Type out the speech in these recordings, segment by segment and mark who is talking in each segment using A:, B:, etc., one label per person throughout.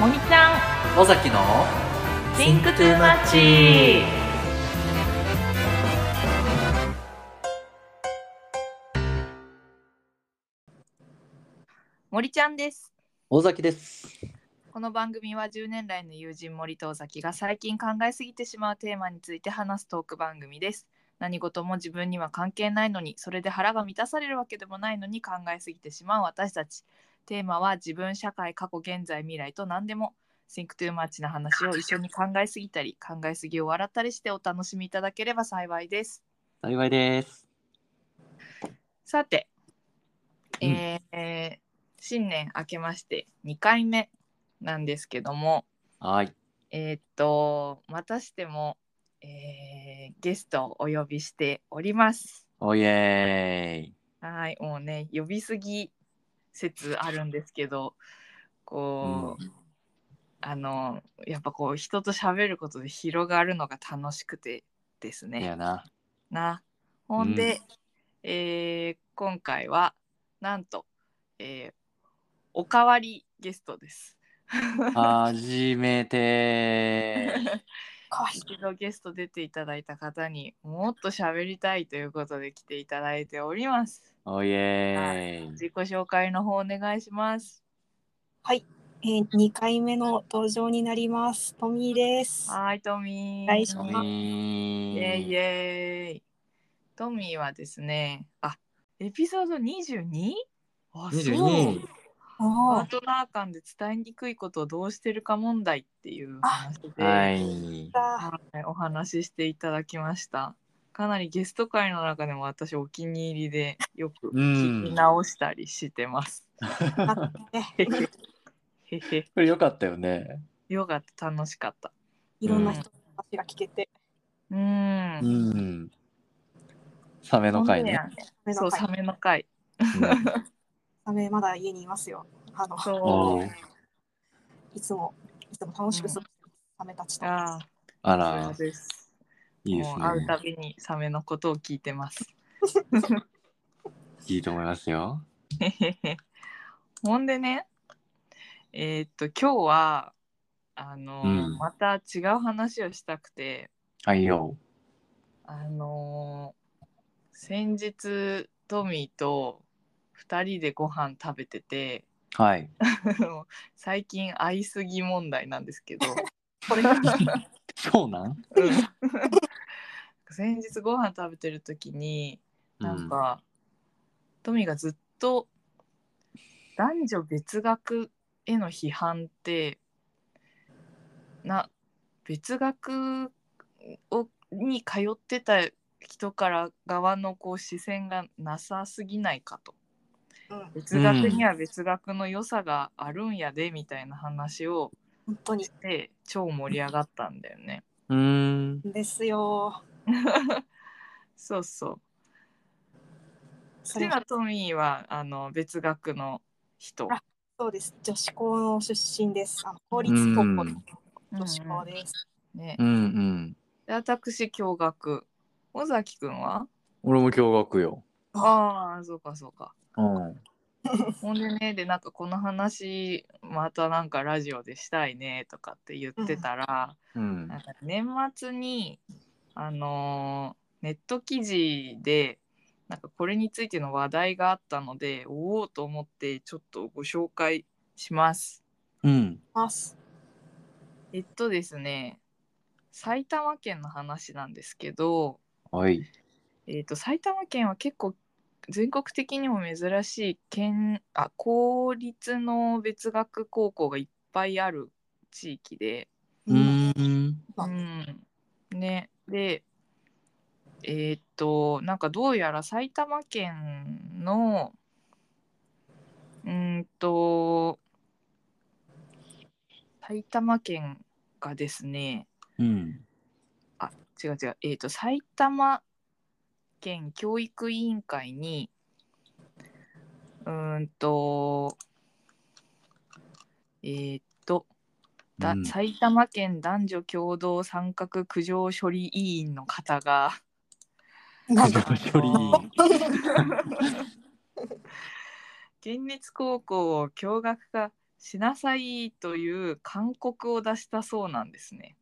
A: もみちゃん
B: 尾崎の
A: Think Too Much 森ちゃんです
B: 尾崎です
A: この番組は10年来の友人森と尾崎が最近考えすぎてしまうテーマについて話すトーク番組です何事も自分には関係ないのにそれで腹が満たされるわけでもないのに考えすぎてしまう私たちテーマは自分社会過去現在未来と何でも Think too much な話を一緒に考えすぎたり考えすぎを笑ったりしてお楽しみいただければ幸いです
B: 幸いです
A: さて、
B: うん
A: えー新年明けまして2回目なんですけども
B: はい
A: えーっとまたしても、えーゲストをお呼びしております
B: おいえーい
A: はいもうね呼びすぎ説あるんですけどこう、あのやっぱこう人と喋ることで広がるのが楽しくてです
B: うんい
A: ね
B: や な
A: なほんで、
B: うん
A: えー今回はなんと、えーおかわりゲストです。
B: 初めて
A: 一度ゲスト出ていただいた方にもっと喋りたいということで来ていただいております。
B: おいえーい
A: 自己紹介の方お願いします。
C: えー、2回目の登場になります。トミーです。
A: はーい、トミー。
C: お願いし
B: お
C: ます
A: イェイイ
B: い
A: ェイ。トミーはですね、あエピソード 22? あ
B: 二十
A: そう
B: 二
A: パ
C: あ
A: ートナー間で伝えにくいことをどうしてるか問題っていう話で、
B: はい
C: あ、
A: はいお話ししていただきました。かなりゲスト会の中でも私お気に入りでよく聞き直したりしてます。
C: あね、
A: へへ
B: これ良かったよね
A: よかった楽しかった。
C: いろんな人の話が聞けて。
A: うー。
B: うんんサメの回ね
A: ほんとやそうサメの会。
C: サメまだ家にいますよ。あの、
B: うんお
A: そう
C: いつも、いつも楽しく過ごす、サメたち
A: う。
C: と。
A: あ
B: あ
A: あ、そ
B: ら
A: うです。
B: いいです
A: もう
B: ね
A: 会うたびにサメのことを聞いてます。
B: いいと思いますよ
A: へへへほんでね、えーっと今日はあの、
B: うん
A: また違う話をしたくて、
B: はいよ
A: あの先日トミーと2人でご飯食べてて
B: はい
A: 最近会いすぎ問題なんですけ ど、
C: これ、
B: そうなん
A: うん先日ご飯食べてる時になんか、トミーがずっと男女別学への批判ってな別学をに通ってた人から側のこう視線がなさすぎないかと
C: うん、
A: 別学には別学の良さがあるんやでみたいな話を
C: 本当に
A: し。て超盛り上がったんだよね。
B: うんう
C: ですよ。
A: そうそう。
C: そ
A: 次
C: れ
A: はトミーはあの別学の人。
C: あそうです。女子校の出身です。あの公立高校の女子校
A: で
C: です。
A: ね
B: んう、ん
A: で私共学。尾崎くんは
B: 俺も驚愕よ。
A: ああそうかそうか。
B: うん。
A: ほんでねでなんかこの話またなんかラジオでしたいねとかって言ってたら、
B: うん
A: なんか年末にあのーネット記事でなんかこれについての話題があったのでおおと思ってちょっとご紹介します。
B: うん。
C: ます。
A: えっとですね埼玉県の話なんですけど、
B: はい。
A: えっと埼玉県は結構全国的にも珍しい県あ公立の別学高校がいっぱいある地域で、
B: うん。
C: あ
A: うん、ねでえーっとなんかどうやら埼玉県のうーんと埼玉県がですね
B: うん。
A: あ違う違うえーっと埼玉県教育委員会にうーんとえーっとだ
B: うん
A: 埼玉県男女共同参画苦情処理委員の方が
C: なんだ。
B: 距離
A: 県立高校を共学化しなさいという勧告を出したそうなんですね。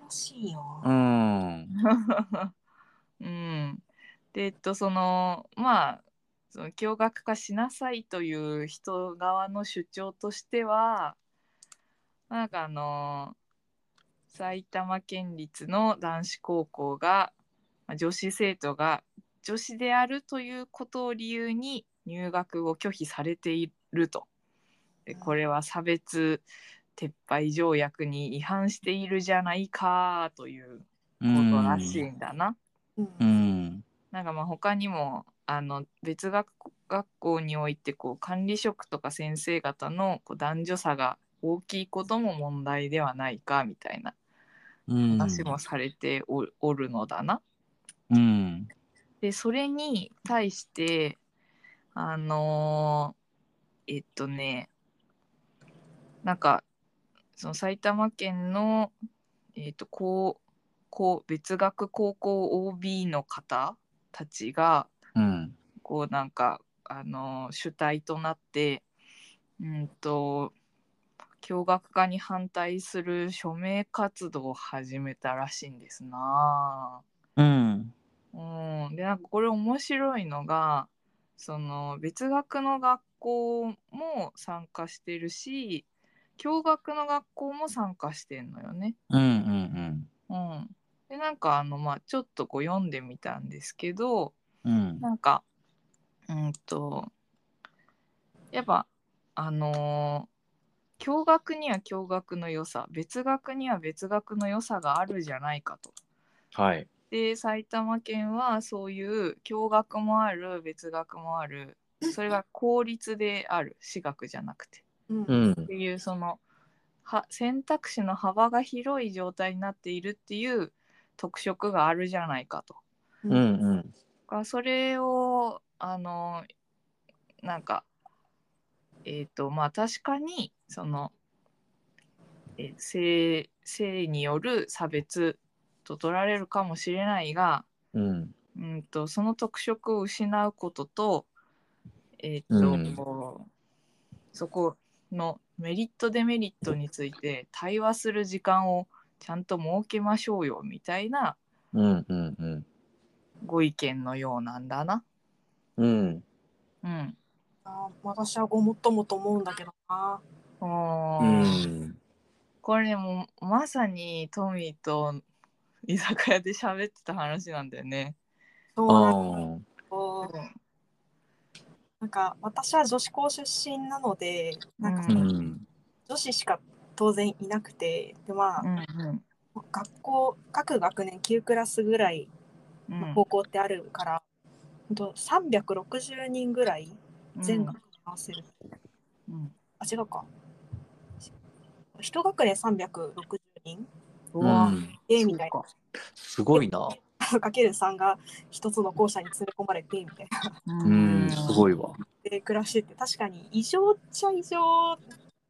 C: らしいよ。
B: うん。
A: うん、でえっとそのまあその驚愕化しなさいという人側の主張としてはなんかあの埼玉県立の男子高校がまあ女子生徒が女子であるということを理由に入学を拒否されていると。でこれは差別撤廃条約に違反しているじゃないかという
B: う
A: ことらしい
B: ん。
A: んだな。
C: うん
B: うん。
A: なんかまあ他にもあの別学学校においてこう管理職とか先生方のこう男女差が大きいことも問題ではないかみたいな
B: うん。
A: 話もされてお,、おるのだな。
B: うん。
A: でそれに対してあのーえっとねなんかその埼玉県の、えっとこうこう別学高校 OB の方たちが
B: うん。
A: こうなんかあの主体となってうんと共学化に反対する署名活動を始めたらしいんですな。
B: うん。
A: うん、でなんかこれ面白いのがその別学の学校も参加してるし共学の学校も参加してんのよね。
B: うん。うん。
A: うん、でなんかあのまあちょっとこう読んでみたんですけど、
B: うん。
A: なんかうんとやっぱあのー、共学には共学の良さ別学には別学の良さがあるじゃないかと。
B: はい。
A: で埼玉県はそういう共学もある別学もあるそれが公立である私学じゃなくて
C: うん
B: う。
A: っ
B: ん。
A: ていうそのは選択肢の幅が広い状態になっているっていう特色があるじゃないかと。
B: うん。うん。
A: がそれをあのなんかえっ、とまあ確かにその、えー性性による差別と取られるかもしれないが、
B: うん。
A: うん、とその特色を失うことと,、えっと
B: うん
A: こうそこのメリットデメリットについて対話する時間をちゃんと設けましょうよみたいな
B: うん。うん。
A: ご意見のようなんだな。
B: うん。
A: うん
C: あ私はごもっともと思うんだけどな。
A: お
B: う
A: ー
B: ん。
A: これもうまさにトミーと居酒屋で喋ってた話なんだよね。
C: そうなんだ
B: あ
C: けどなんか私は女子校出身なので、なんか
B: あ。うん。
C: 女子しか当然いなくて、でまあ、
A: うんうん
C: 学校各学年9クラスぐらい
A: うん
C: 高校ってあるから、ほんと360人ぐらい全学年合わせる、
A: うん
C: あ違うか一学年360人
A: う
B: う
A: わ
B: ん。
C: でみたい
A: そうか
B: すごいな。
C: なかける3が一つの校舎に連れ込まれてみたいな
B: うん。すごいわ。
C: で暮らしてて確かに異常っちゃ異常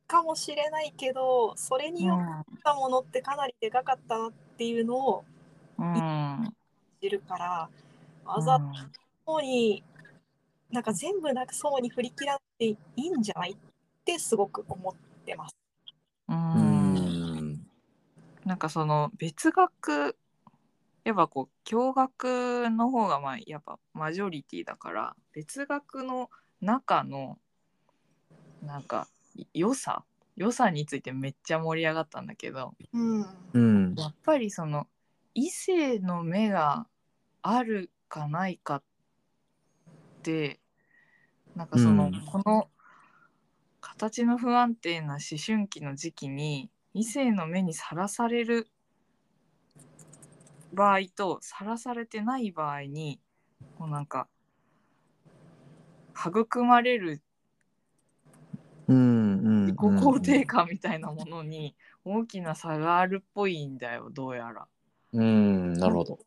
C: かもしれないけどそれによったものってかなりでかかったなっていうのを
A: うんうん
C: 知るからわざ
A: うん
C: そうになんか全部なくそうに振り切らなくていいんじゃないってすごく思ってます。
B: う
A: うん
B: ん。
A: なんかその別学やっぱこう共学の方がまあやっぱマジョリティだから別学の中のなんか良さ良さについてめっちゃ盛り上がったんだけど
C: うん、
B: うん。
A: やっぱりその異性の目があるかないかってなんかその、
B: うん
A: この形の不安定な思春期の時期に異性の目にさらされる場合とさらされてない場合にこうなんか育まれる
B: うん。
A: 自己肯定感みたいなものに大きな差があるっぽいんだよどうやら。
B: うん。なるほど。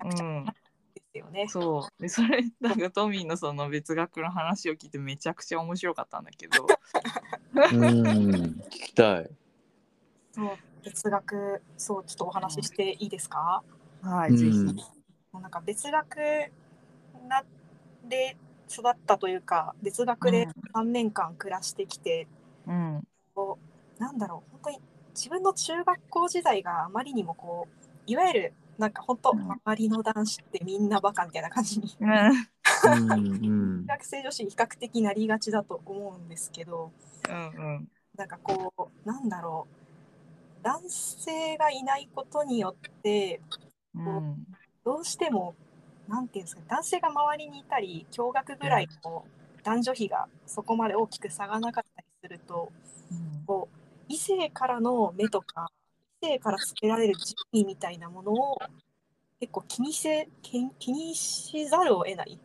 A: う
C: めちゃくちゃ
A: ん
C: ですよね。
A: そうでそれなんかトミーのその別学の話を聞いてめちゃくちゃ面白かったんだけど
B: うん。聞きたい。
C: そう別学そうちょっとお話ししていいですか、
A: は
B: うん
A: いぜひ
C: もうなんか別学なで育ったというか別学で
A: うん
C: 3年間暮らしてきて、
A: うん
C: こうなんだろう本当に自分の中学校時代があまりにもこういわゆるなんか本当
A: うん
C: 周りの男子ってみんなバカみたいな感じに
A: うんうん
B: うん
C: 学生女子に比較的なりがちだと思うんですけど
A: うん
C: なんかこうなんだろう男性がいないことによって
A: うん
C: どうしてもなんていうんですか男性が周りにいたり驚愕ぐらいの男女比がそこまで大きく差がなかったりするとこう異性からの目とか異性からつけられる順位みたいなものを結構気にせ気気にしざるを得ない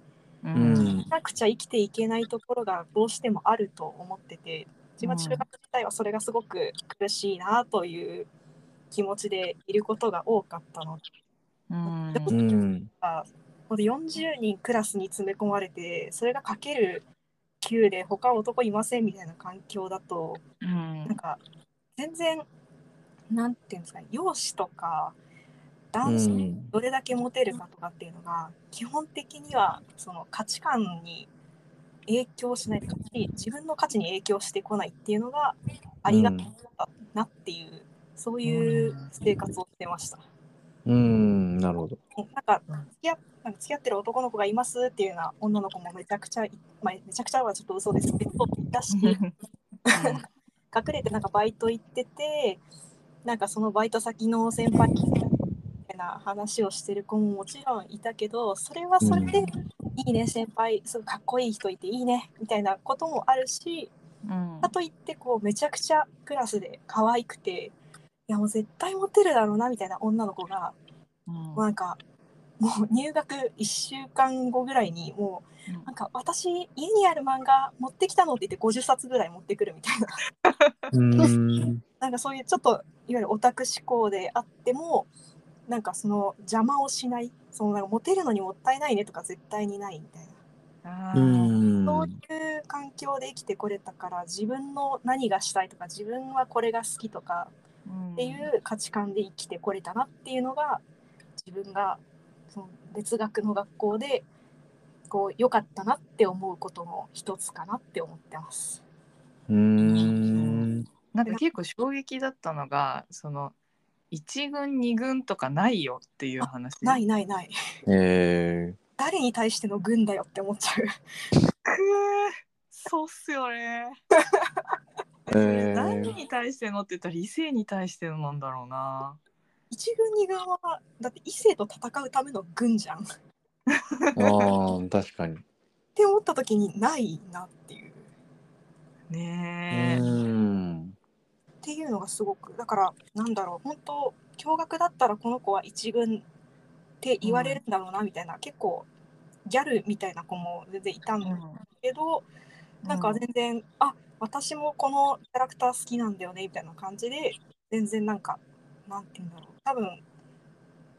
A: うん
B: うん
A: うん
C: なくちゃ生きていけないところがどうしてもあると思ってて自分は中学時代はそれがすごく苦しいなという気持ちでいることが多かったので
A: うん
B: うん
C: がほんと40人クラスに詰め込まれてそれがかける9で他男いませんみたいな環境だと
A: うん
C: なんか全然なんていうんですかね容姿とか男子にどれだけモテるかとかっていうのが基本的にはその価値観に影響しない価値自分の価値に影響してこないっていうのがありがたかったなっていう、そういう生活をしてました。
B: うんなるほど。
C: なんか
A: うん
C: 付き合なんか付き合ってる男の子がいますっていうような女の子もめちゃくちゃい、まあ、めちゃくちゃはちょっと嘘ですけどいたし隠れてなんかバイト行っててなんかそのバイト先の先輩みたいな話をしてる子ももちろんいたけどそれはそれで、
B: う
C: いいね先輩すごいかっこいい人いていいねみたいなこともあるし
A: うん
C: かといってこうめちゃくちゃクラスで可愛くていやもう絶対モテるだろうなみたいな女の子がもうなんかもう入学1週間後ぐらいにも
A: うん
C: うなんか私家にある漫画持ってきたのって言って50冊ぐらい持ってくるみたいな
B: うん
C: なんかそういうちょっといわゆるオタク思考であってもなんかその邪魔をしないそのなんかモテるのにもったいないねとか絶対にないみたい
A: あ
C: な、
B: う
A: ー
B: ん
C: そういう環境で生きてこれたから自分の何がしたいとか自分はこれが好きとか
A: うん
C: っていう価値観で生きてこれたなっていうのが自分がその別学の学校でこう良かったなって思うことの一つかなって思ってます。
B: うん
A: なんか結構衝撃だったのがその一軍二軍とかないよっていう話
C: ないないない
B: え
C: 誰に対しての軍だよって思っちゃ
A: く
C: う。
A: ーそうっすよね、
B: ー え
A: 何
B: ー
A: に対してのって言ったら理性に対してのなんだろうな
C: 一軍二軍はだって異性と戦うための軍じゃんっ
B: あー確かに。
C: て思った時にないなっていう
A: ねえ
B: うん
C: っていうのがすごくだからなんだろう本当驚学だったらこの子は一軍って言われるんだろうなみたいな、結構ギャルみたいな子も全然いたんだけど、なんか全然、あ私もこのキャラクター好きなんだよねみたいな感じで全然なんかなんて言うんだろう多分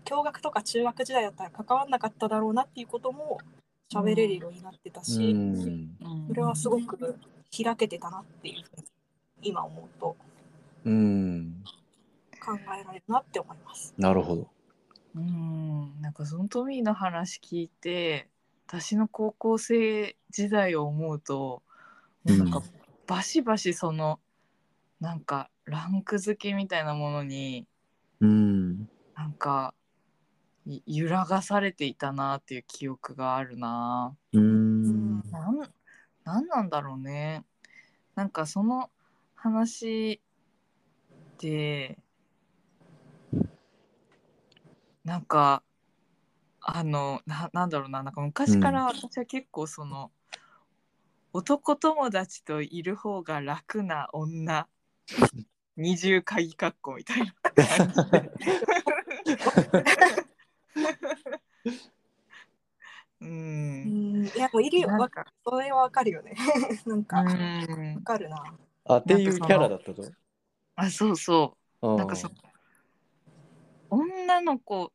C: 驚学とか中学時代だったら関わんなかっただろうなっていうことも喋れるようになってた
B: う
C: し、
B: ん
A: うん
C: それはすごく開けてたなっていうふうに今思うと
B: うん
C: 考えられるなって思います。
B: なるほど。
A: うんなんかそのトミーの話聞いて私の高校生時代を思うともうなんかバシバシそのなんかランク付けみたいなものに
B: うん
A: なんかい揺らがされていたなっていう記憶があるな
B: うん
A: なんなんなんだろうねなんかその話でなんかあのななんだろうななんか昔から私は結構その、男友達といる方が楽な女二重鍵括弧みたいな感じ でう
C: うんん、いやもういるよ、
A: なん
C: わ
A: か
C: それはわかるよね。 なんか、
A: う
C: わ
A: ん
C: かるな。
B: あっていうキャラだったと。
A: あそうそ
B: あ
A: う
B: ー
A: なんかその女の子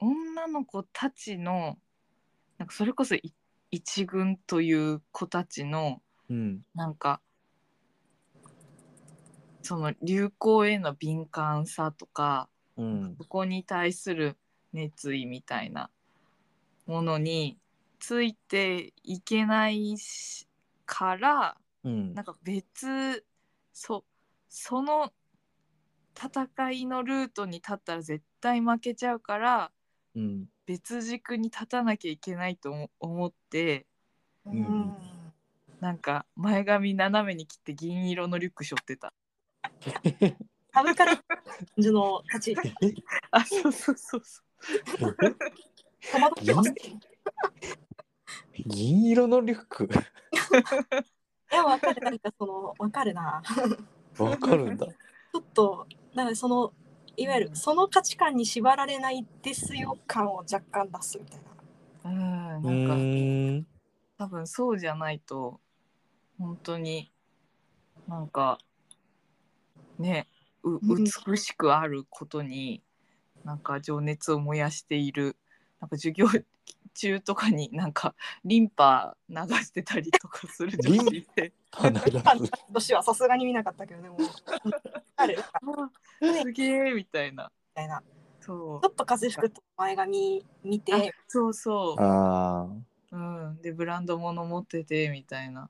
A: 女の子たちのなんかそれこそい一軍という子たちの
B: うん
A: なんかその流行への敏感さとか
B: うん
A: そこに対する熱意みたいなものについていけないしから
B: うん
A: なんか別そその戦いのルートに立ったら絶対負けちゃうから
B: うん
A: 別軸に立たなきゃいけないと思思って
B: ん
A: なんか前髪斜めに切って銀色のリュック背負ってた。
C: サブカルの立ち、
A: あそうそうそうそ
C: 戸惑ってます。
B: 銀色のリュック
C: いや、わかる、なんかその、わかるな。
B: わかるんだ。
C: ちょっと、なので、その、いわゆる、その価値観に縛られないですよ感を若干出すみたいな。
A: う。うんな
B: うん
A: か
B: ーん
A: 多分そうじゃないと本当になんかねう
C: うん
A: 美しくあることになんか情熱を燃やしているなんか授業中とかになんかリンパ流してたりとかする女子って
B: 花が
C: あの年はさすがに見なかったけど、でも、ある、み
A: すげえみたいな
C: たいな。
A: そ
C: ちょっと風吹くと前髪見
A: うあ
C: て、
A: そうそ
B: あ
A: う、うん、でブランド物持っててみたいな、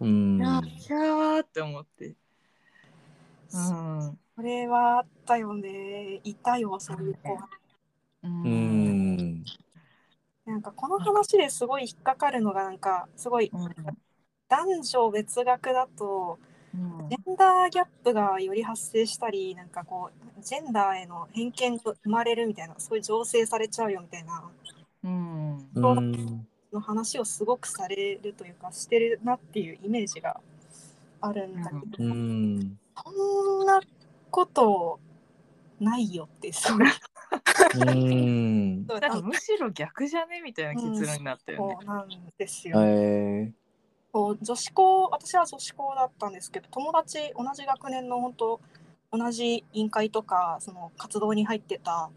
B: ーうん
A: いやキャーって思ってうん
C: これはあったよね。いたよ、そういう子は。
A: う
B: うー
A: ん
B: ん
C: なんかこの話ですごい引っかかるのがなんかすごい
A: うん
C: 男女別学だと
A: うん
C: ジェンダーギャップがより発生したりなんかこうジェンダーへの偏見が生まれるみたいなそういう醸成されちゃうよみたいな
A: うん
B: うーん
C: の話をすごくされるというかしてるなっていうイメージがあるんだけど、
B: うーん
C: そんなことないよってそう
B: うーん
C: そ う
A: なんかむしろ逆じゃねみたいな結論になったよね
C: そう。なんですよ、
B: え
C: こう女子校私は女子校だったんですけど友達同じ学年の本当同じ委員会とかその活動に入ってた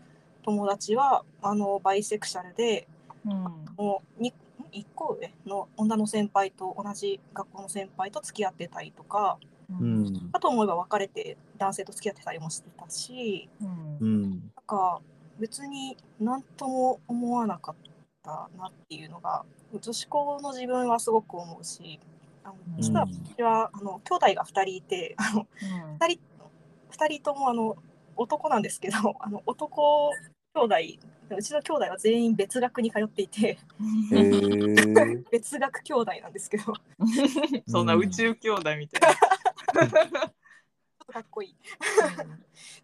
C: 友達はあのバイセクシャルで
A: うん
C: もうに1個上の女の先輩と同じ学校の先輩と付き合ってたりとか
B: ーう
A: うん
B: ん
C: かと思えば別れて男性と付き合ってたりもしてたし
A: うん
B: うん
C: なんか別に何とも思わなかったなっていうのが女子校の自分はすごく思うしあの
A: うん
C: 実は私はあの兄弟が2人いてあの2人二人ともあの男なんですけど あの男兄弟うちの兄弟は全員別学に通っていて
B: えー
C: 別学兄弟なんですけどちょっ
A: そんな宇宙兄弟みたい
C: とかっこいい
A: な。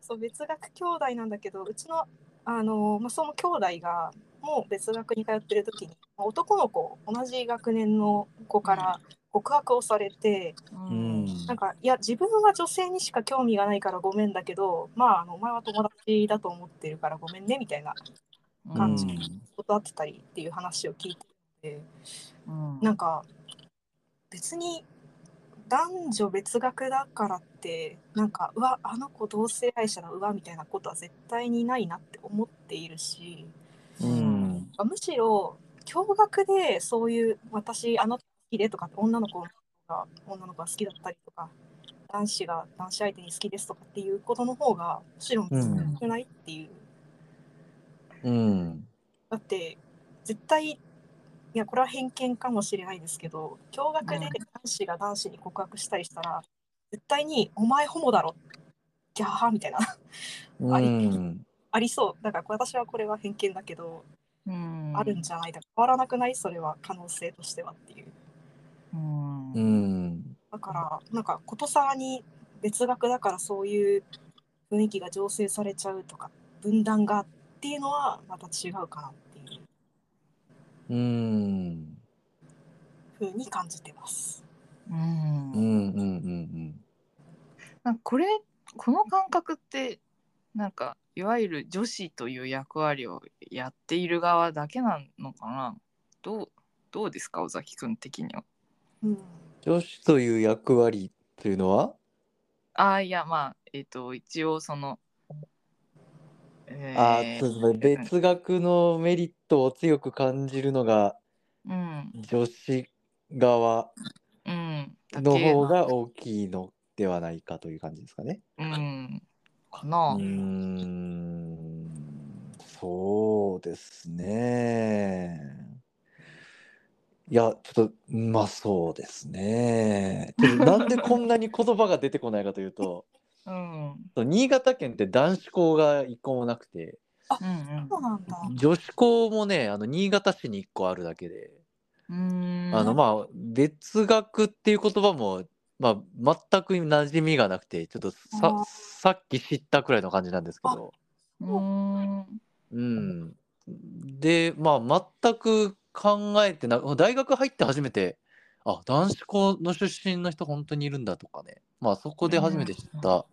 C: そう別学兄弟なんだけどうちのあの、まあ、その兄弟がもう別学に通ってる時にまあ男の子同じ学年の子から告白をされて、
A: う
B: うんん
C: なんかいや自分は女性にしか興味がないからごめんだけどまああのお前は友達だと思ってるからごめんねみたいな感じ断ってたりっていう話を聞いてて
A: うん
C: なんか別に男女別学だからってなんかうわあの子同性愛者だうわみたいなことは絶対にないなって思っているし
B: うん
C: むしろ驚愕でそういう私あの子好きでとかって女の子が女の子が好きだったりとか男子が男子相手に好きですとかっていうことの方がむしろ
B: うん
C: 珍しくないっていう
B: うん
C: だって絶対いやこれは偏見かもしれないですけど驚愕で
A: うん
C: 男子が男子に告白したりしたら、絶対に「お前ホモだろ」ギャーみたいな
B: う
C: あり
B: ん
C: ありそうだから私はこれは偏見だけど、
A: うん
C: あるんじゃないだ変わらなくないそれは可能性としてはっていう
A: うん
B: う。ん
C: だからなんかことさらに別学だからそういう雰囲気が醸成されちゃうとか分断がっていうのはまた違うかなっていう
B: うん
C: ふうに感じてます。
A: うん
B: うんうんうん
A: なんかこれこの感覚ってなんかいわゆる女子という役割をやっている側だけなのかなどうどうですか尾崎君的には。
C: うん
B: 女子という役割というのは
A: ああいやまあえっ、と一応その、え
B: あ
A: ー
B: そうですね別学のメリットを強く感じるのが
A: うん
B: 女子側
A: うんだ
B: の
A: け
B: 方が大きいのではないかという感じですかね。
A: うんか
B: う
A: な
B: ー、んそうですね。いや、ちょっと、まあそうですね。ちょっとなんでこんなに言葉が出てこないかというと、
A: うん。うん
B: 新潟県って男子校が一個もなくて、
A: うん
C: そうなんだ。
B: 女子校もね、あの新潟市に一個あるだけで、
A: うーん。
B: あのまあ別学っていう言葉も、まあ、全く馴染みがなくて、ちょっと
C: あ
B: さ
C: ー
B: さっき知ったくらいの感じなんですけど。
A: うーん。
B: うん、でまあ全く考えてな大学入って初めてあ男子校の出身の人本当にいるんだとかねまあそこで初めて知った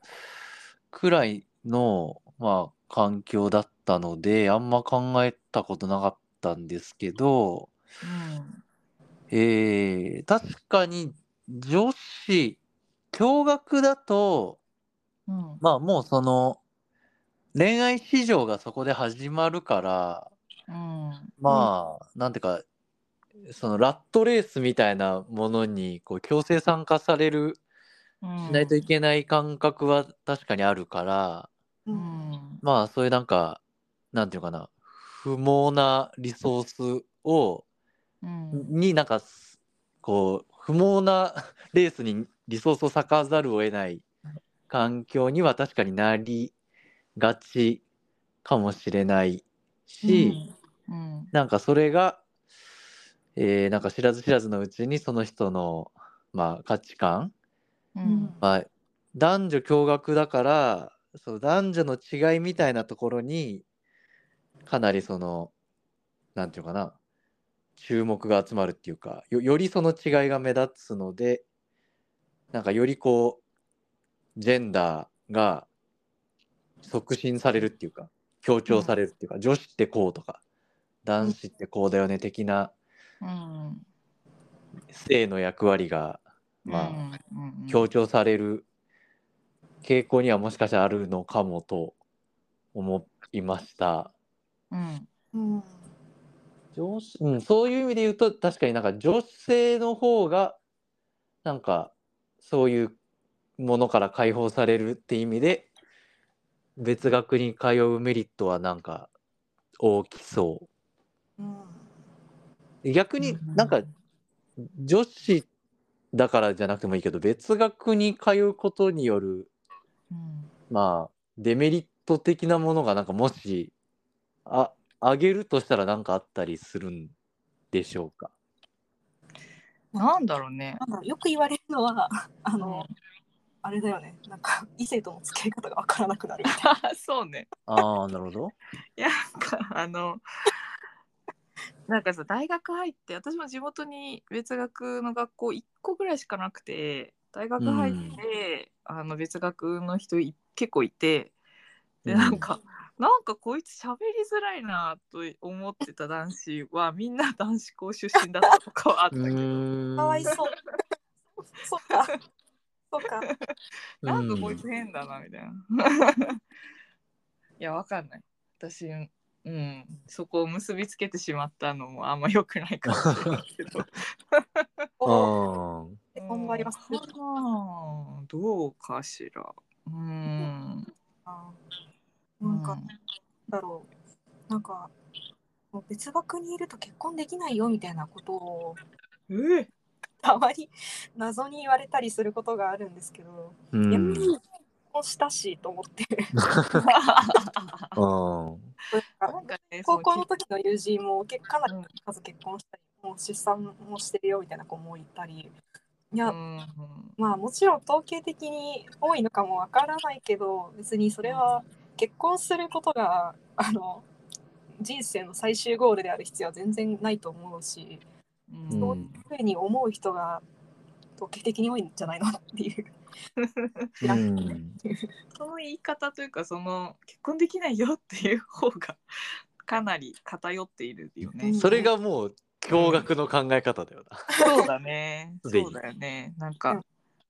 B: くらいの、まあ、環境だったのであんま考えたことなかったんですけど、
A: うん
B: えー確かに女子共学だと
A: うん。
B: まあもうその恋愛市場がそこで始まるから
A: うん。
B: まあ、なんていうかそのラットレースみたいなものにこう強制参加される
A: うん。
B: しないといけない感覚は確かにあるから、
C: う。
A: うんん。
B: まあそういうなんかなんていうのかな不毛なリソースを
A: うん。
B: になんかすこう不毛な レースにリソースを割かざるを得ない環境には確かになりがちかもしれないし。
A: うん。
B: なんかそれが、えーなんか知らず知らずのうちにその人の、まあ、価値観、
A: う
C: うんん。
B: まあ、男女共学だからそう男女の違いみたいなところにかなりそのなんていうかな注目が集まるっていうかよよりその違いが目立つのでなんかよりこうジェンダーが促進されるっていうか強調されるっていうか、女子ってこうとか男子ってこうだよね的な
A: うん。
B: 性の役割がまあ、
A: うん。
B: 強調される傾向にはもしかしたらあるのかもと思いました。
A: うん。
C: うん。
B: 女子うん、そういう意味で言うと確かになんか女性の方がなんかそういうものから解放されるって意味で別学に通うメリットはなんか大きそ
C: うん。
B: う。逆になんか女子だからじゃなくてもいいけど別学に通うことによる
A: うん。
B: まあデメリット的なものがなんかもしあ上げるとしたら何かあったりするんでしょうか
A: なんだろうね。
C: なんだろうよく言われるのは、あ
A: う
C: の
A: ん、
C: あれだよね。なんか、異性との付き合い方がわからなくなるみたいな。
A: そうね。
B: ああなるほど。
A: いやなんかあのなんかさ大学入って私も地元に別学の学校1個ぐらいしかなくて大学入って、あの別学の人い結構いてで
B: うん
A: なんか、なんかこいつ喋りづらいなと思ってた男子はみんな男子校出身だったとかはあった
B: う
A: けど、
B: ーん
C: か わいそう。そっか。そっか。
A: なんかこいつ変だなみたいな。 いやわかんない。私うんそこを結びつけてしまったのもあんま良くないかもしれないけど。
C: お
B: あ
C: ー頑張ります。
A: ああどうかしら。うん。
C: なんか、なんだろう。なんか、もう別学にいると結婚できないよみたいなことを、
A: うん。え
C: たまに謎に言われたりすることがあるんですけど、
B: う
C: やっぱり
B: ん
C: 結婚したしと思って。
B: あ
A: なんかね
C: 高校
A: そ
C: の
A: う
C: 時の友人も結かなり
A: うん
C: 数結婚したり、もう出産もしてるよみたいな子もいたりいや、
A: うん
C: まあもちろん統計的に多いのかもわからないけど別にそれは結婚することがあの人生の最終ゴールである必要は全然ないと思うし
A: う
B: う
A: ん
B: ん
C: そういうふうに思う人が統計的に多いんじゃないのっていう。
B: うん
A: その言い方というかその結婚できないよっていう方がかなり偏っているよね。
B: それがもう驚愕の考え方だよな。
A: そうだね。
B: すでに
A: そうだよね。なんか、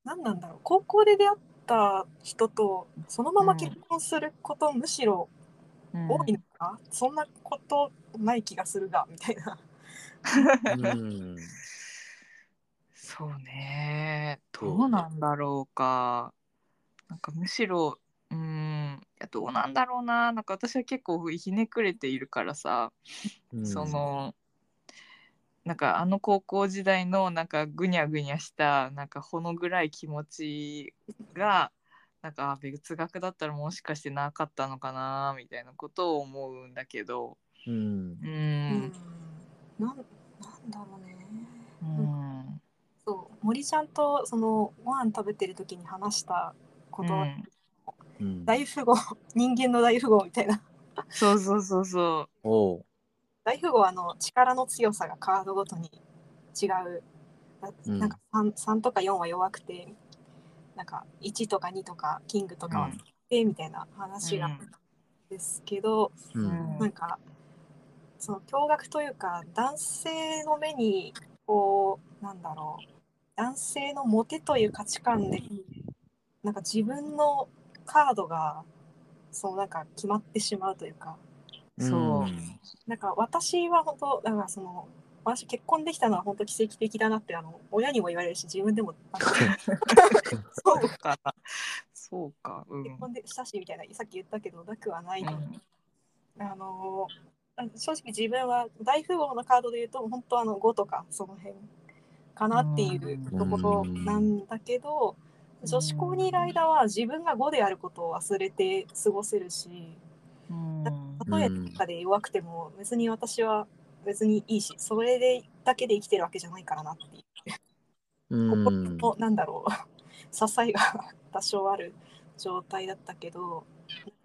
C: 何なんだろう高校で出会った人とそのまま結婚すること、むしろ
A: うん
C: 多いのか、そんなことない気がするがみたいな。
B: うん
A: そうね。
B: そう
A: どうなんだろうか。なんかむしろ、うん、いやどうなんだろうな。なんか私は結構ひねくれているからさ、
B: うん
A: その、なんかあの高校時代のなんかぐにゃぐにゃしたなんかほの暗い気持ちがなんかあ別学だったらもしかしてなかったのかなみたいなことを思うんだけど
B: うん
A: う
C: うんん、なんなんだろうね
A: うん
C: そう森ちゃんとそのご飯食べてる時に話したこと、
A: うん
B: うん、
C: 大富豪 人間の大富豪みたいな
A: そうそうそうそ
B: おう
C: 大富豪はあの力の強さがカードごとに違うな
B: うん
C: なんか 3, 3とか4は弱くてなんか1とか2とかキングとかは強くてみたいな話があったんですけど、
B: う
A: う、うん
C: なんかその驚愕というか男性の目にこうなんだろう男性のモテという価値観でなんか自分のカードがそうなんか決まってしまうというか
A: そう
C: なんか私は本当なんかその私結婚できたのは本当奇跡的だなってあの親にも言われるし自分でもなん かそう
A: そうかそうかうん
C: 結婚でしたしみたいなさっき言ったけどなくはない、
A: うん
C: あのー正直自分は大富豪のカードで言うと本当あの5とかその辺かなっていうところなんだけど
A: うん
C: 女子校にいる間は自分が5であることを忘れて過ごせるし
A: うん
C: 例えばで弱くても別に私は別にいいしそれでだけで生きてるわけじゃないからなっていう
B: うん
C: 心のなんだろう 支えが多少ある状態だったけど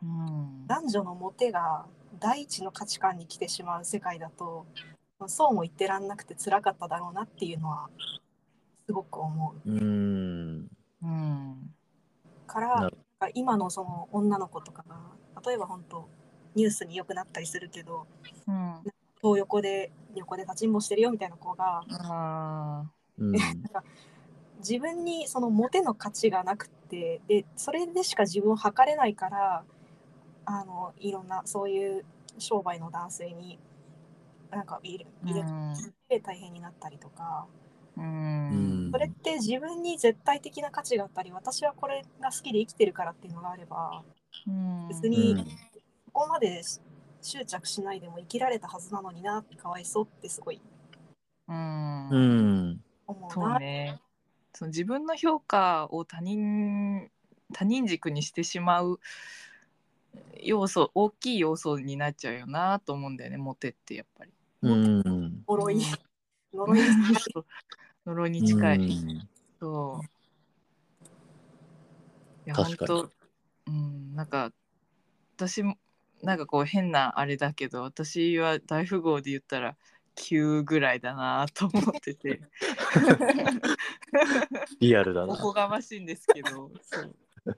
A: うん
C: 男女のモテが第一の価値観に来てしまう世界だとそうも言ってらんなくて辛かっただろうなっていうのはすごく思
B: う
C: う
B: ん
A: うん
C: から
B: な
C: なん
B: る
C: か今のその女の子とかが例えば本当ニュースによくなったりするけど
A: うん
C: 東横で横で立ちんぼしてるよみたいな子が
A: あ
B: うん
C: 自分にそのモテの価値がなくてでそれでしか自分を測れないからあのいろんなそういう商売の男性になんか入れ
A: ー
C: 入れ
A: うん
C: で大変になったりとか
A: う
B: うんん
C: それって自分に絶対的な価値があったり私はこれが好きで生きてるからっていうのがあれば
A: うん
C: 別
B: う
C: に
B: ん
C: ここまで執着しないでも生きられたはずなのになかわいそうってすごい
A: うん
B: うん
C: 思う
A: そう
C: な。
A: ねその自分の評価を他人他人軸にしてしまう要素大きい要素になっちゃうよなと思うんだよねモテってやっぱり。
B: うん
C: 呪い 呪い
A: そう呪いに近い。
B: うん
A: そういや
B: 確か
A: 本
B: に
A: 当うんなんか私もなんかこう変なあれだけど私は大富豪で言ったら9ぐらいだなと思って て
B: リアルだ
A: お
B: な
A: こがましいんですけどそう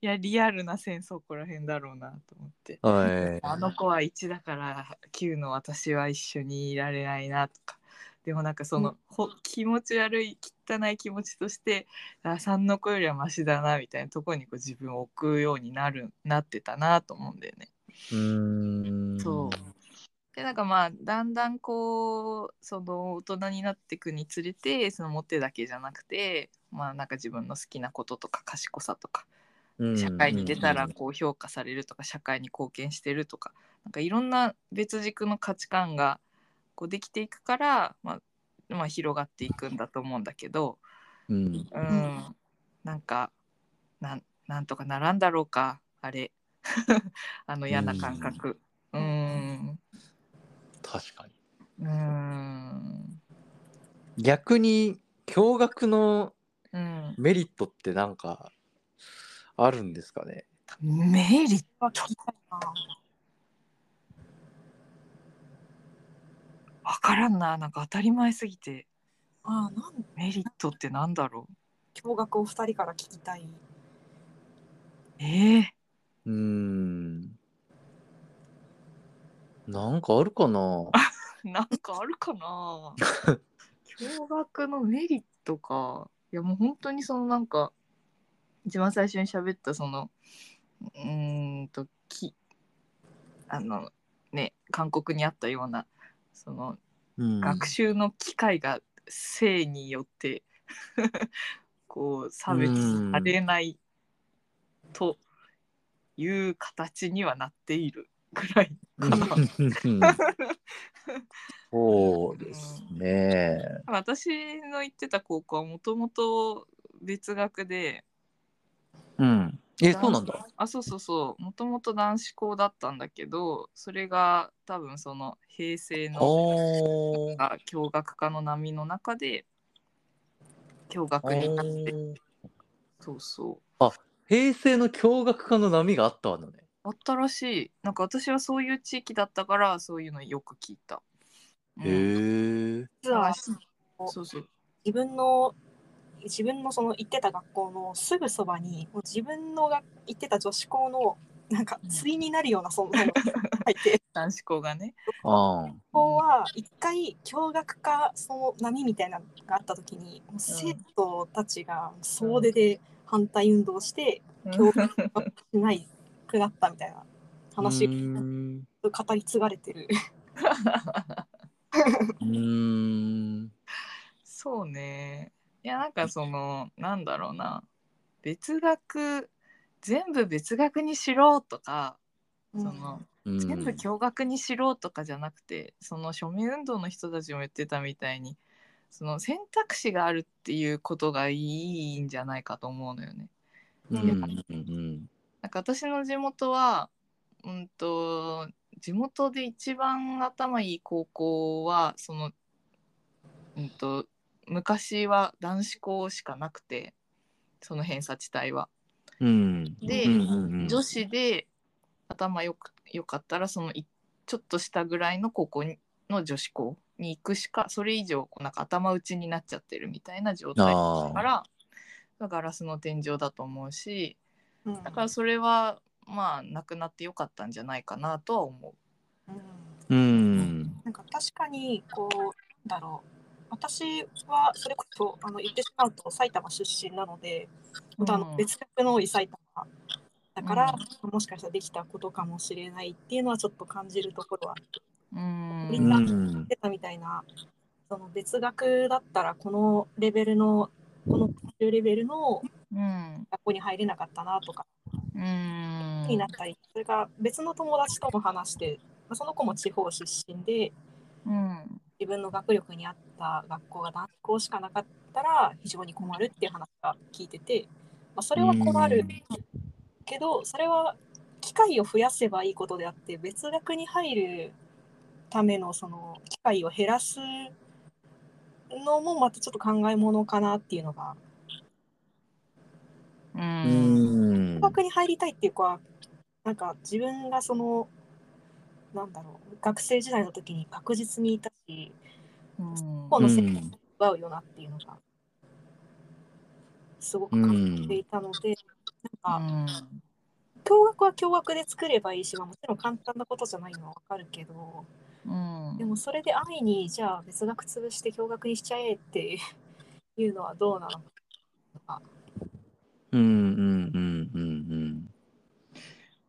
A: いやリアルな戦争こら辺だろうなと思って
B: はい
A: あの子は1だから9の私は一緒にいられないなとかでもなんかその、
C: う
A: ほ気持ち悪い汚い気持ちとしてあ3の子よりはマシだなみたいなところにこう自分を置くようになるなってたなと思うんだよね。
B: うん
A: そうでなんかまあだんだんこうその大人になっていくにつれてそのモテだけじゃなくてまあなんか自分の好きなこととか賢さとか
B: うん
A: 社会に出たら
B: うん
A: こう評価されるとか社会に貢献してるとかなんかいろんな別軸の価値観がこうできていくから、まあ、まあ広がっていくんだと思うんだけど、
B: うん
A: うん
C: ん
A: なんかなんなんとかならんだろうかあれ あの嫌な感覚。う
C: うん
A: ん
B: 確かに
A: うん
B: 逆に驚愕の
A: うん
B: メリットってなんかあるんですかね
A: メリッ
C: は聞きたいな。
A: わからんななんか当たり前すぎて
C: あーなん
A: メリットってなんだろう
C: 驚愕を二人から聞きたい。
A: ええ
B: うーんなんかあるかな
A: なんかあるか な驚愕のメリットかいやもう本当にそのなんか一番最初に喋ったそのうーんときあのね韓国にあったようなその
B: うん
A: 学習の機会が性によって こう差別されないという形にはなっているぐらいかな。
B: うんそうですね。
A: 私の行ってた高校はもともと別学で
B: うん。え、そうなんだ。
A: あそうそうそうもともと男子校だったんだけどそれが多分その平成の
B: おー。
A: あ共学科の波の中で共学になってそうそう
B: 平成の驚愕化の波があったのね。
A: あったらしいなんか私はそういう地域だったからそういうのよく聞いた、うん
B: へえ。
C: 実は
A: そうそう
C: 自分の自分のその行ってた学校のすぐそばにもう自分のが行ってた女子校のなんか
A: うん
C: 対になるような存在が入って
A: 男子校がね
B: ああ。
C: ここは一回驚愕かその波みたいなのがあった時にもう生徒たちが総出で反対運動して驚 愕がしないくなったみたいな話
B: うー
C: を
B: ん。
C: 語り継がれてる。
B: うーん。
A: そうね。いやなんかそのなんだろうな別学全部別学にしろとか、
C: うん
A: その
B: うん
A: 全部共学にしろとかじゃなくてその署名運動の人たちも言ってたみたいにその選択肢があるっていうことがいいんじゃないかと思うのよね。
B: うんうんうん
A: なんか私の地元は、うんと、地元で一番頭いい高校は、その、うんと、昔は男子校しかなくて、その偏差値帯は。
B: うん。
A: で
B: うんうんうん
A: 女子で頭よくよかったら、そのいちょっとしたぐらいの高校にの女子校に行くしか、それ以上、こうなんか頭打ちになっちゃってるみたいな状態だから、ガラスの天井だと思うし、
C: うん
A: だからそれはまあなくなってよかったんじゃないかなとは思
C: う
B: う
C: ん
B: ん。
C: なんか確かにこうなんだろう私はそれこそあの言ってしまうと埼玉出身なので、
A: う。
C: 本当あの別格の多い埼玉だから、もしかしたらできたことかもしれないっていうのはちょっと感じるところは
A: うん
C: み
B: うん
C: なん出たみたいなその別学だったらこのレベルのこのレベルの
A: うん。
C: 学校に入れなかったなとか
A: うん。
C: になったり、それから別の友達とも話してまあその子も地方出身で
A: うん。
C: 自分の学力に合った学校が男子校しかなかったら非常に困るっていう話が聞いてて、まあ、それは困るけどそれは機会を増やせばいいことであって別学に入るためのその機会を減らすのもまたちょっと考えものかなっていうのが
A: う。
B: うんん
C: 大。学に入りたいっていうかなんか自分がそのなんだろう学生時代の時に確実にいたしこの世界を奪うよなっていうのがすごく感じていたので、なんか驚学は驚学で作ればいいし、まあ、もちろん簡単なことじゃないのはわかるけどでもそれで安易にじゃあ別学潰して驚学にしちゃえっていうのはどうなのかとか
B: うんうんうんうん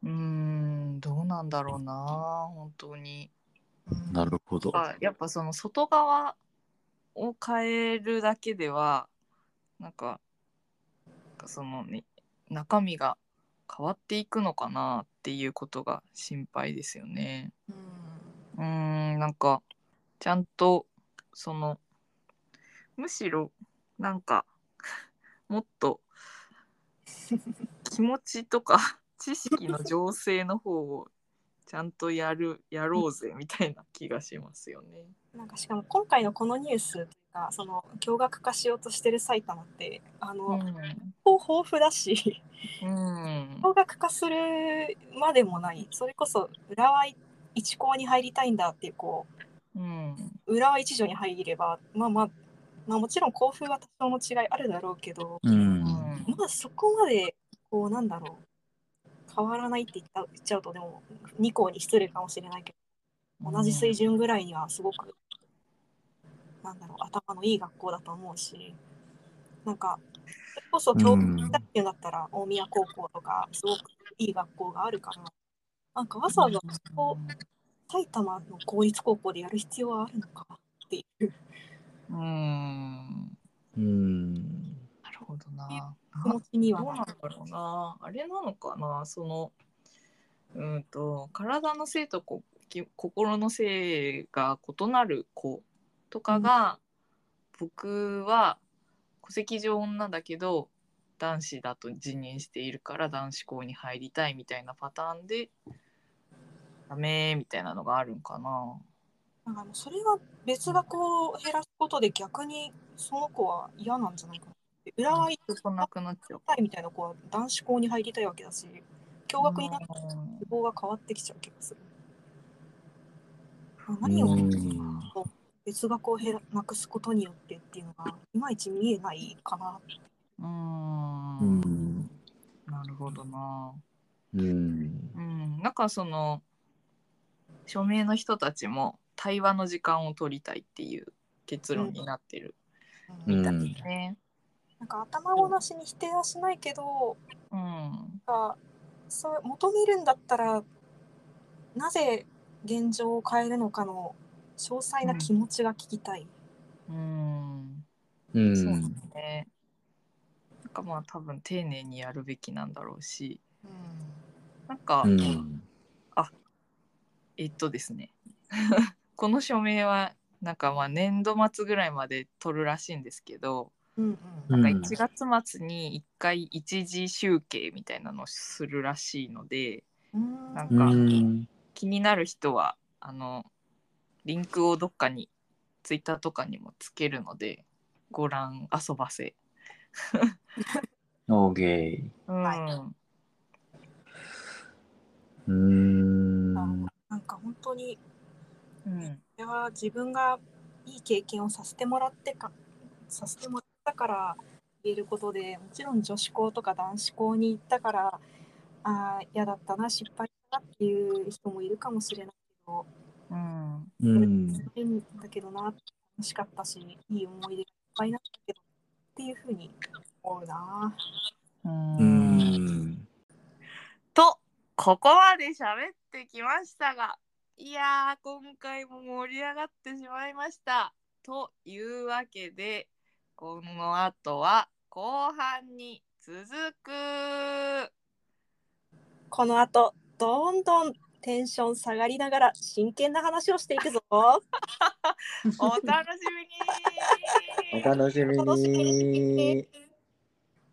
A: うん。どうなんだろうな、本当に。
B: うん。なるほど。
A: やっぱその外側を変えるだけでは、なんか、そのね、中身が変わっていくのかなっていうことが心配ですよね。う
C: うん
A: ーん、なんか、ちゃんと、その、むしろ、なんか、 もっと、気持ちとか、 知識の醸成の方を、ちゃんとやる、やろうぜ、みたいな気がしますよね。
C: なんかしかも今回のこのニュースというかその驚学化しようとしてる埼玉ってあの、
A: う
C: 方豊富だし。
A: ん。
C: 高額化するまでもないそれこそ浦和一高に入りたいんだっていうこ
A: うん。
C: う浦和一条に入ればまあまあまあもちろん校風は多少の違いあるだろうけど
B: うん
C: まあそこまでこうなんだろう変わらないって言った言っちゃうとでも2校に失礼かもしれないけど同じ水準ぐらいにはすごくなんだろう頭のいい学校だと思うしなんかそれこそ教育だっていうんだったら大宮高校とかすごくいい学校があるからなんかわざわざこう埼玉の公立高校でやる必要はあるのかっていう
A: うん。うん。
B: うん。
A: なるほどな。
C: 気持ちには
A: どう
C: な
A: なんだろうなあれなのかなそのうんと体の性とこき心の性が異なる子とかが、僕は戸籍上女だけど男子だと自認しているから男子校に入りたいみたいなパターンでダメみたいなのがあるんかな。
C: なんかもうそれが別学を減らすことで逆にその子は嫌なんじゃないかなって。浦和行き
A: ちょっとなくなっちゃう。
C: たいみたいな子は男子校に入りたいわけだし、共学になると
A: うん
C: 希望が変わってきちゃう気がする。何を
B: うん
C: 別学を減らなくすことによってっていうのがいまいち見えないかな。
A: うーん
B: うん
A: なるほどな。
B: うん
A: うん、なんかその署名の人たちも対話の時間を取りたいっていう結論になってる
C: う
B: うんん
A: みたいですね。
C: なんか頭ごなしに否定はしないけど、
A: うん、
C: がそう求めるんだったらなぜ現状を変えるのかの詳細な気持ちが聞きたい。
A: うん、
B: う
A: そうで
B: ん
A: すね。なんかまあ多分丁寧にやるべきなんだろうし、なんか、
B: うん
A: えっとですね この署名はなんかまあ年度末ぐらいまで取るらしいんですけど、
C: うん
B: う
A: なんんか1月末に1回一時集計みたいなのをするらしいので
C: うん
A: なん
B: う
A: か
B: ん
A: 気になる人はあのリンクをどっかにツイッターとかにもつけるのでご覧遊ばせ。
B: オーケー
A: うん、
C: は
B: うーん
C: なんか本当に
A: うん、
C: これは自分がいい経験をさせてもらってかさせてもらったから言えることでもちろん女子校とか男子校に行ったからあー嫌だったな失敗したなっていう人もいるかもしれないけど
A: うん、
B: うん
C: いいんだけどな楽しかったしいい思い出がいっぱいなったけどっていうふうに思うな
B: うーん
A: とここまで喋ってきましたがいやー今回も盛り上がってしまいました。というわけでこの後は後半に続く
C: この後どんどんテンション下がりながら真剣な話をしていくぞ
A: お楽しみに
B: お楽しみ
C: 楽しみ
B: に。